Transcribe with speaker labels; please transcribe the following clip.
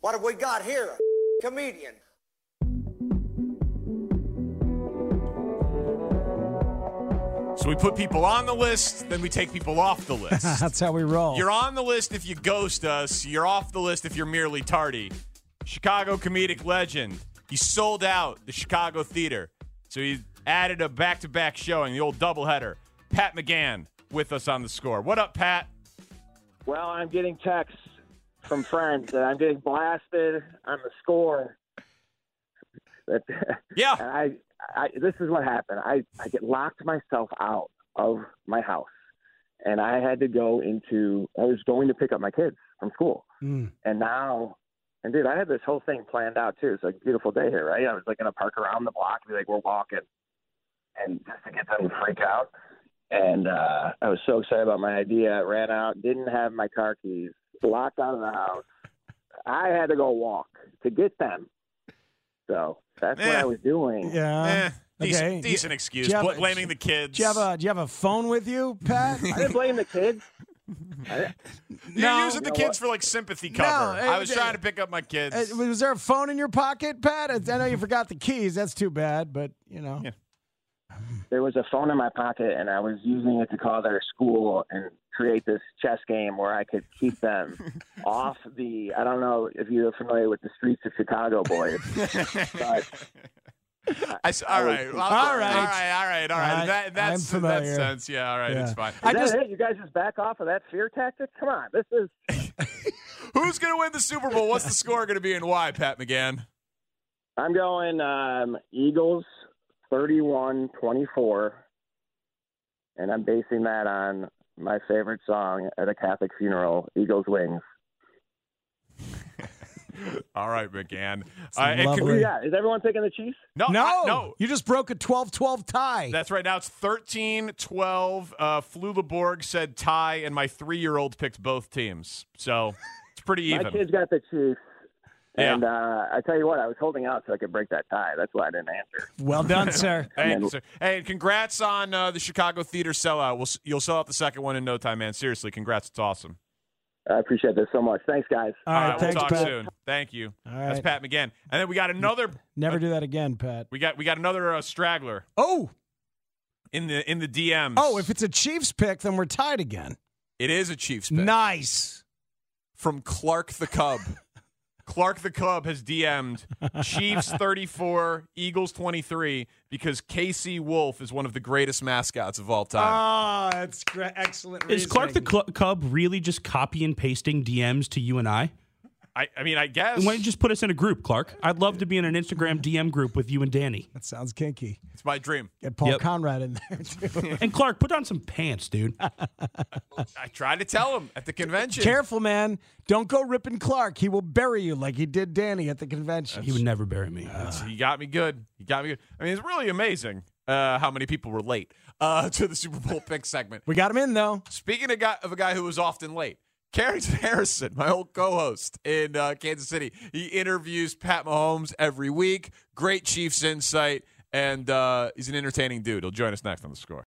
Speaker 1: What have we got here? A comedian.
Speaker 2: So we put people on the list, then we take people off the list.
Speaker 3: That's how we roll.
Speaker 2: you're on the list if you ghost us, you're off the list if you're merely tardy. Chicago comedic legend. He sold out the Chicago theater. So he added a back to back showing, the old doubleheader. Pat McGann with us on the score. What up, Pat?
Speaker 4: Well, I'm getting texts from friends that I'm getting blasted on the score. That and
Speaker 2: Yeah.
Speaker 4: I, I this is what happened. I I get locked myself out of my house, and I had to go into. I was going to pick up my kids from school,
Speaker 3: Mm.
Speaker 4: and now. And dude, I had this whole thing planned out too. It's like a beautiful day here, right? I was like gonna park around the block and be like, we're walking, and just to get them to freak out. And uh, I was so excited about my idea. Ran out, didn't have my car keys, locked out of the house. I had to go walk to get them. So that's what
Speaker 2: Yeah.
Speaker 4: I was doing.
Speaker 3: Yeah.
Speaker 2: Eh, decent,
Speaker 3: okay.
Speaker 2: decent excuse.
Speaker 3: Do you have
Speaker 2: Bl-
Speaker 3: a-
Speaker 2: blaming the kids.
Speaker 3: Do you have a Do you have a phone with you, Pat?
Speaker 4: I didn't blame the kids. I,
Speaker 2: You're
Speaker 3: No.
Speaker 2: using the
Speaker 4: You know
Speaker 2: kids
Speaker 4: what?
Speaker 2: for like sympathy
Speaker 3: No,
Speaker 2: cover.
Speaker 3: it-
Speaker 2: I was
Speaker 3: it-
Speaker 2: trying to pick up my kids.
Speaker 3: Uh, was there a phone in your pocket, Pat? I I know you forgot the keys. That's too bad, but you know.
Speaker 2: Yeah.
Speaker 4: there was a phone in my pocket, and I was using it to call their school and create this chess game where I could keep them off the. I don't know if you're familiar with the streets of Chicago, boys. but
Speaker 2: I s-
Speaker 3: Oh,
Speaker 2: all, right. Well, all right, all right, all right, all right.
Speaker 3: I-
Speaker 2: That,
Speaker 3: I'm
Speaker 2: that's that
Speaker 3: familiar.
Speaker 2: sense. Yeah, all right,
Speaker 3: Yeah.
Speaker 2: it's fine.
Speaker 3: I
Speaker 4: is that
Speaker 3: just
Speaker 4: it? You guys just back off of that fear tactic? Come on, this is
Speaker 2: Who's going to win the Super Bowl? What's the score going to be and why, Pat McGann?
Speaker 4: I'm going um, Eagles 31 24. And I'm basing that on my favorite song at a Catholic funeral, Eagles Wings.
Speaker 2: All right, McGann. Uh, and
Speaker 3: lovely.
Speaker 4: Who
Speaker 2: con-
Speaker 4: you got? Is everyone picking the Chiefs?
Speaker 2: no,
Speaker 3: no,
Speaker 2: Oh, I- no.
Speaker 3: You just broke a 12-12 tie.
Speaker 2: That's right. Now it's 13 12. Uh, Flew Borg said tie, and my three year old picked both teams. So it's pretty
Speaker 4: My
Speaker 2: even.
Speaker 4: kids got the Chiefs.
Speaker 2: Yeah.
Speaker 4: And uh, I tell you what, I was holding out so I could break that tie. That's why I didn't answer.
Speaker 3: well done, sir.
Speaker 2: Thank you,
Speaker 4: Man.
Speaker 2: sir. Hey, and congrats on uh, the Chicago Theater sellout. We'll, s- you'll sell out the second one in no time, man. Seriously, congrats. It's awesome.
Speaker 4: I appreciate this so much. Thanks, guys.
Speaker 3: All right,
Speaker 2: we'll
Speaker 3: thanks,
Speaker 2: talk
Speaker 3: Pat.
Speaker 2: soon. Thank you.
Speaker 3: All
Speaker 2: That's
Speaker 3: right.
Speaker 2: Pat McGann. And then we got another.
Speaker 3: Never do that again, Pat.
Speaker 2: We got we got another uh, straggler
Speaker 3: Oh,
Speaker 2: in the in the DMs.
Speaker 3: oh, if it's a Chiefs pick, then we're tied again.
Speaker 2: it is a Chiefs pick.
Speaker 3: Nice.
Speaker 2: from Clark the Cub. Clark the Cub has DM'd Chiefs 34, Eagles 23 because Casey Wolf is one of the greatest mascots of all time.
Speaker 3: Ah, that's great. Excellent.
Speaker 5: Is Clark the cl- Cub really just copy and pasting DMs to you and I?
Speaker 3: Uh,
Speaker 2: I, I mean, I guess
Speaker 5: Why don't you just put us in a group, Clark? I'd love to be in an Instagram DM group with you and Danny.
Speaker 3: That sounds kinky.
Speaker 2: it's my dream.
Speaker 3: Get Paul
Speaker 5: Yep.
Speaker 3: Conrad in there too.
Speaker 5: And Clark, put on some pants, dude.
Speaker 2: I tried to tell him at the convention.
Speaker 3: Careful, man. Don't go ripping Clark. He will bury you like he did Danny at the convention.
Speaker 5: He would never bury me.
Speaker 2: he got me good. He got me good. I mean, it's really amazing uh, how many people were late uh, to the Super Bowl pick segment.
Speaker 3: we got him in though.
Speaker 2: Speaking of, guy, of a guy who was often late, Carrington Harrison, my old co-host in uh, Kansas City, he interviews Pat Mahomes every week. Great Chiefs insight, and uh, he's an entertaining dude. He'll join us next on the score.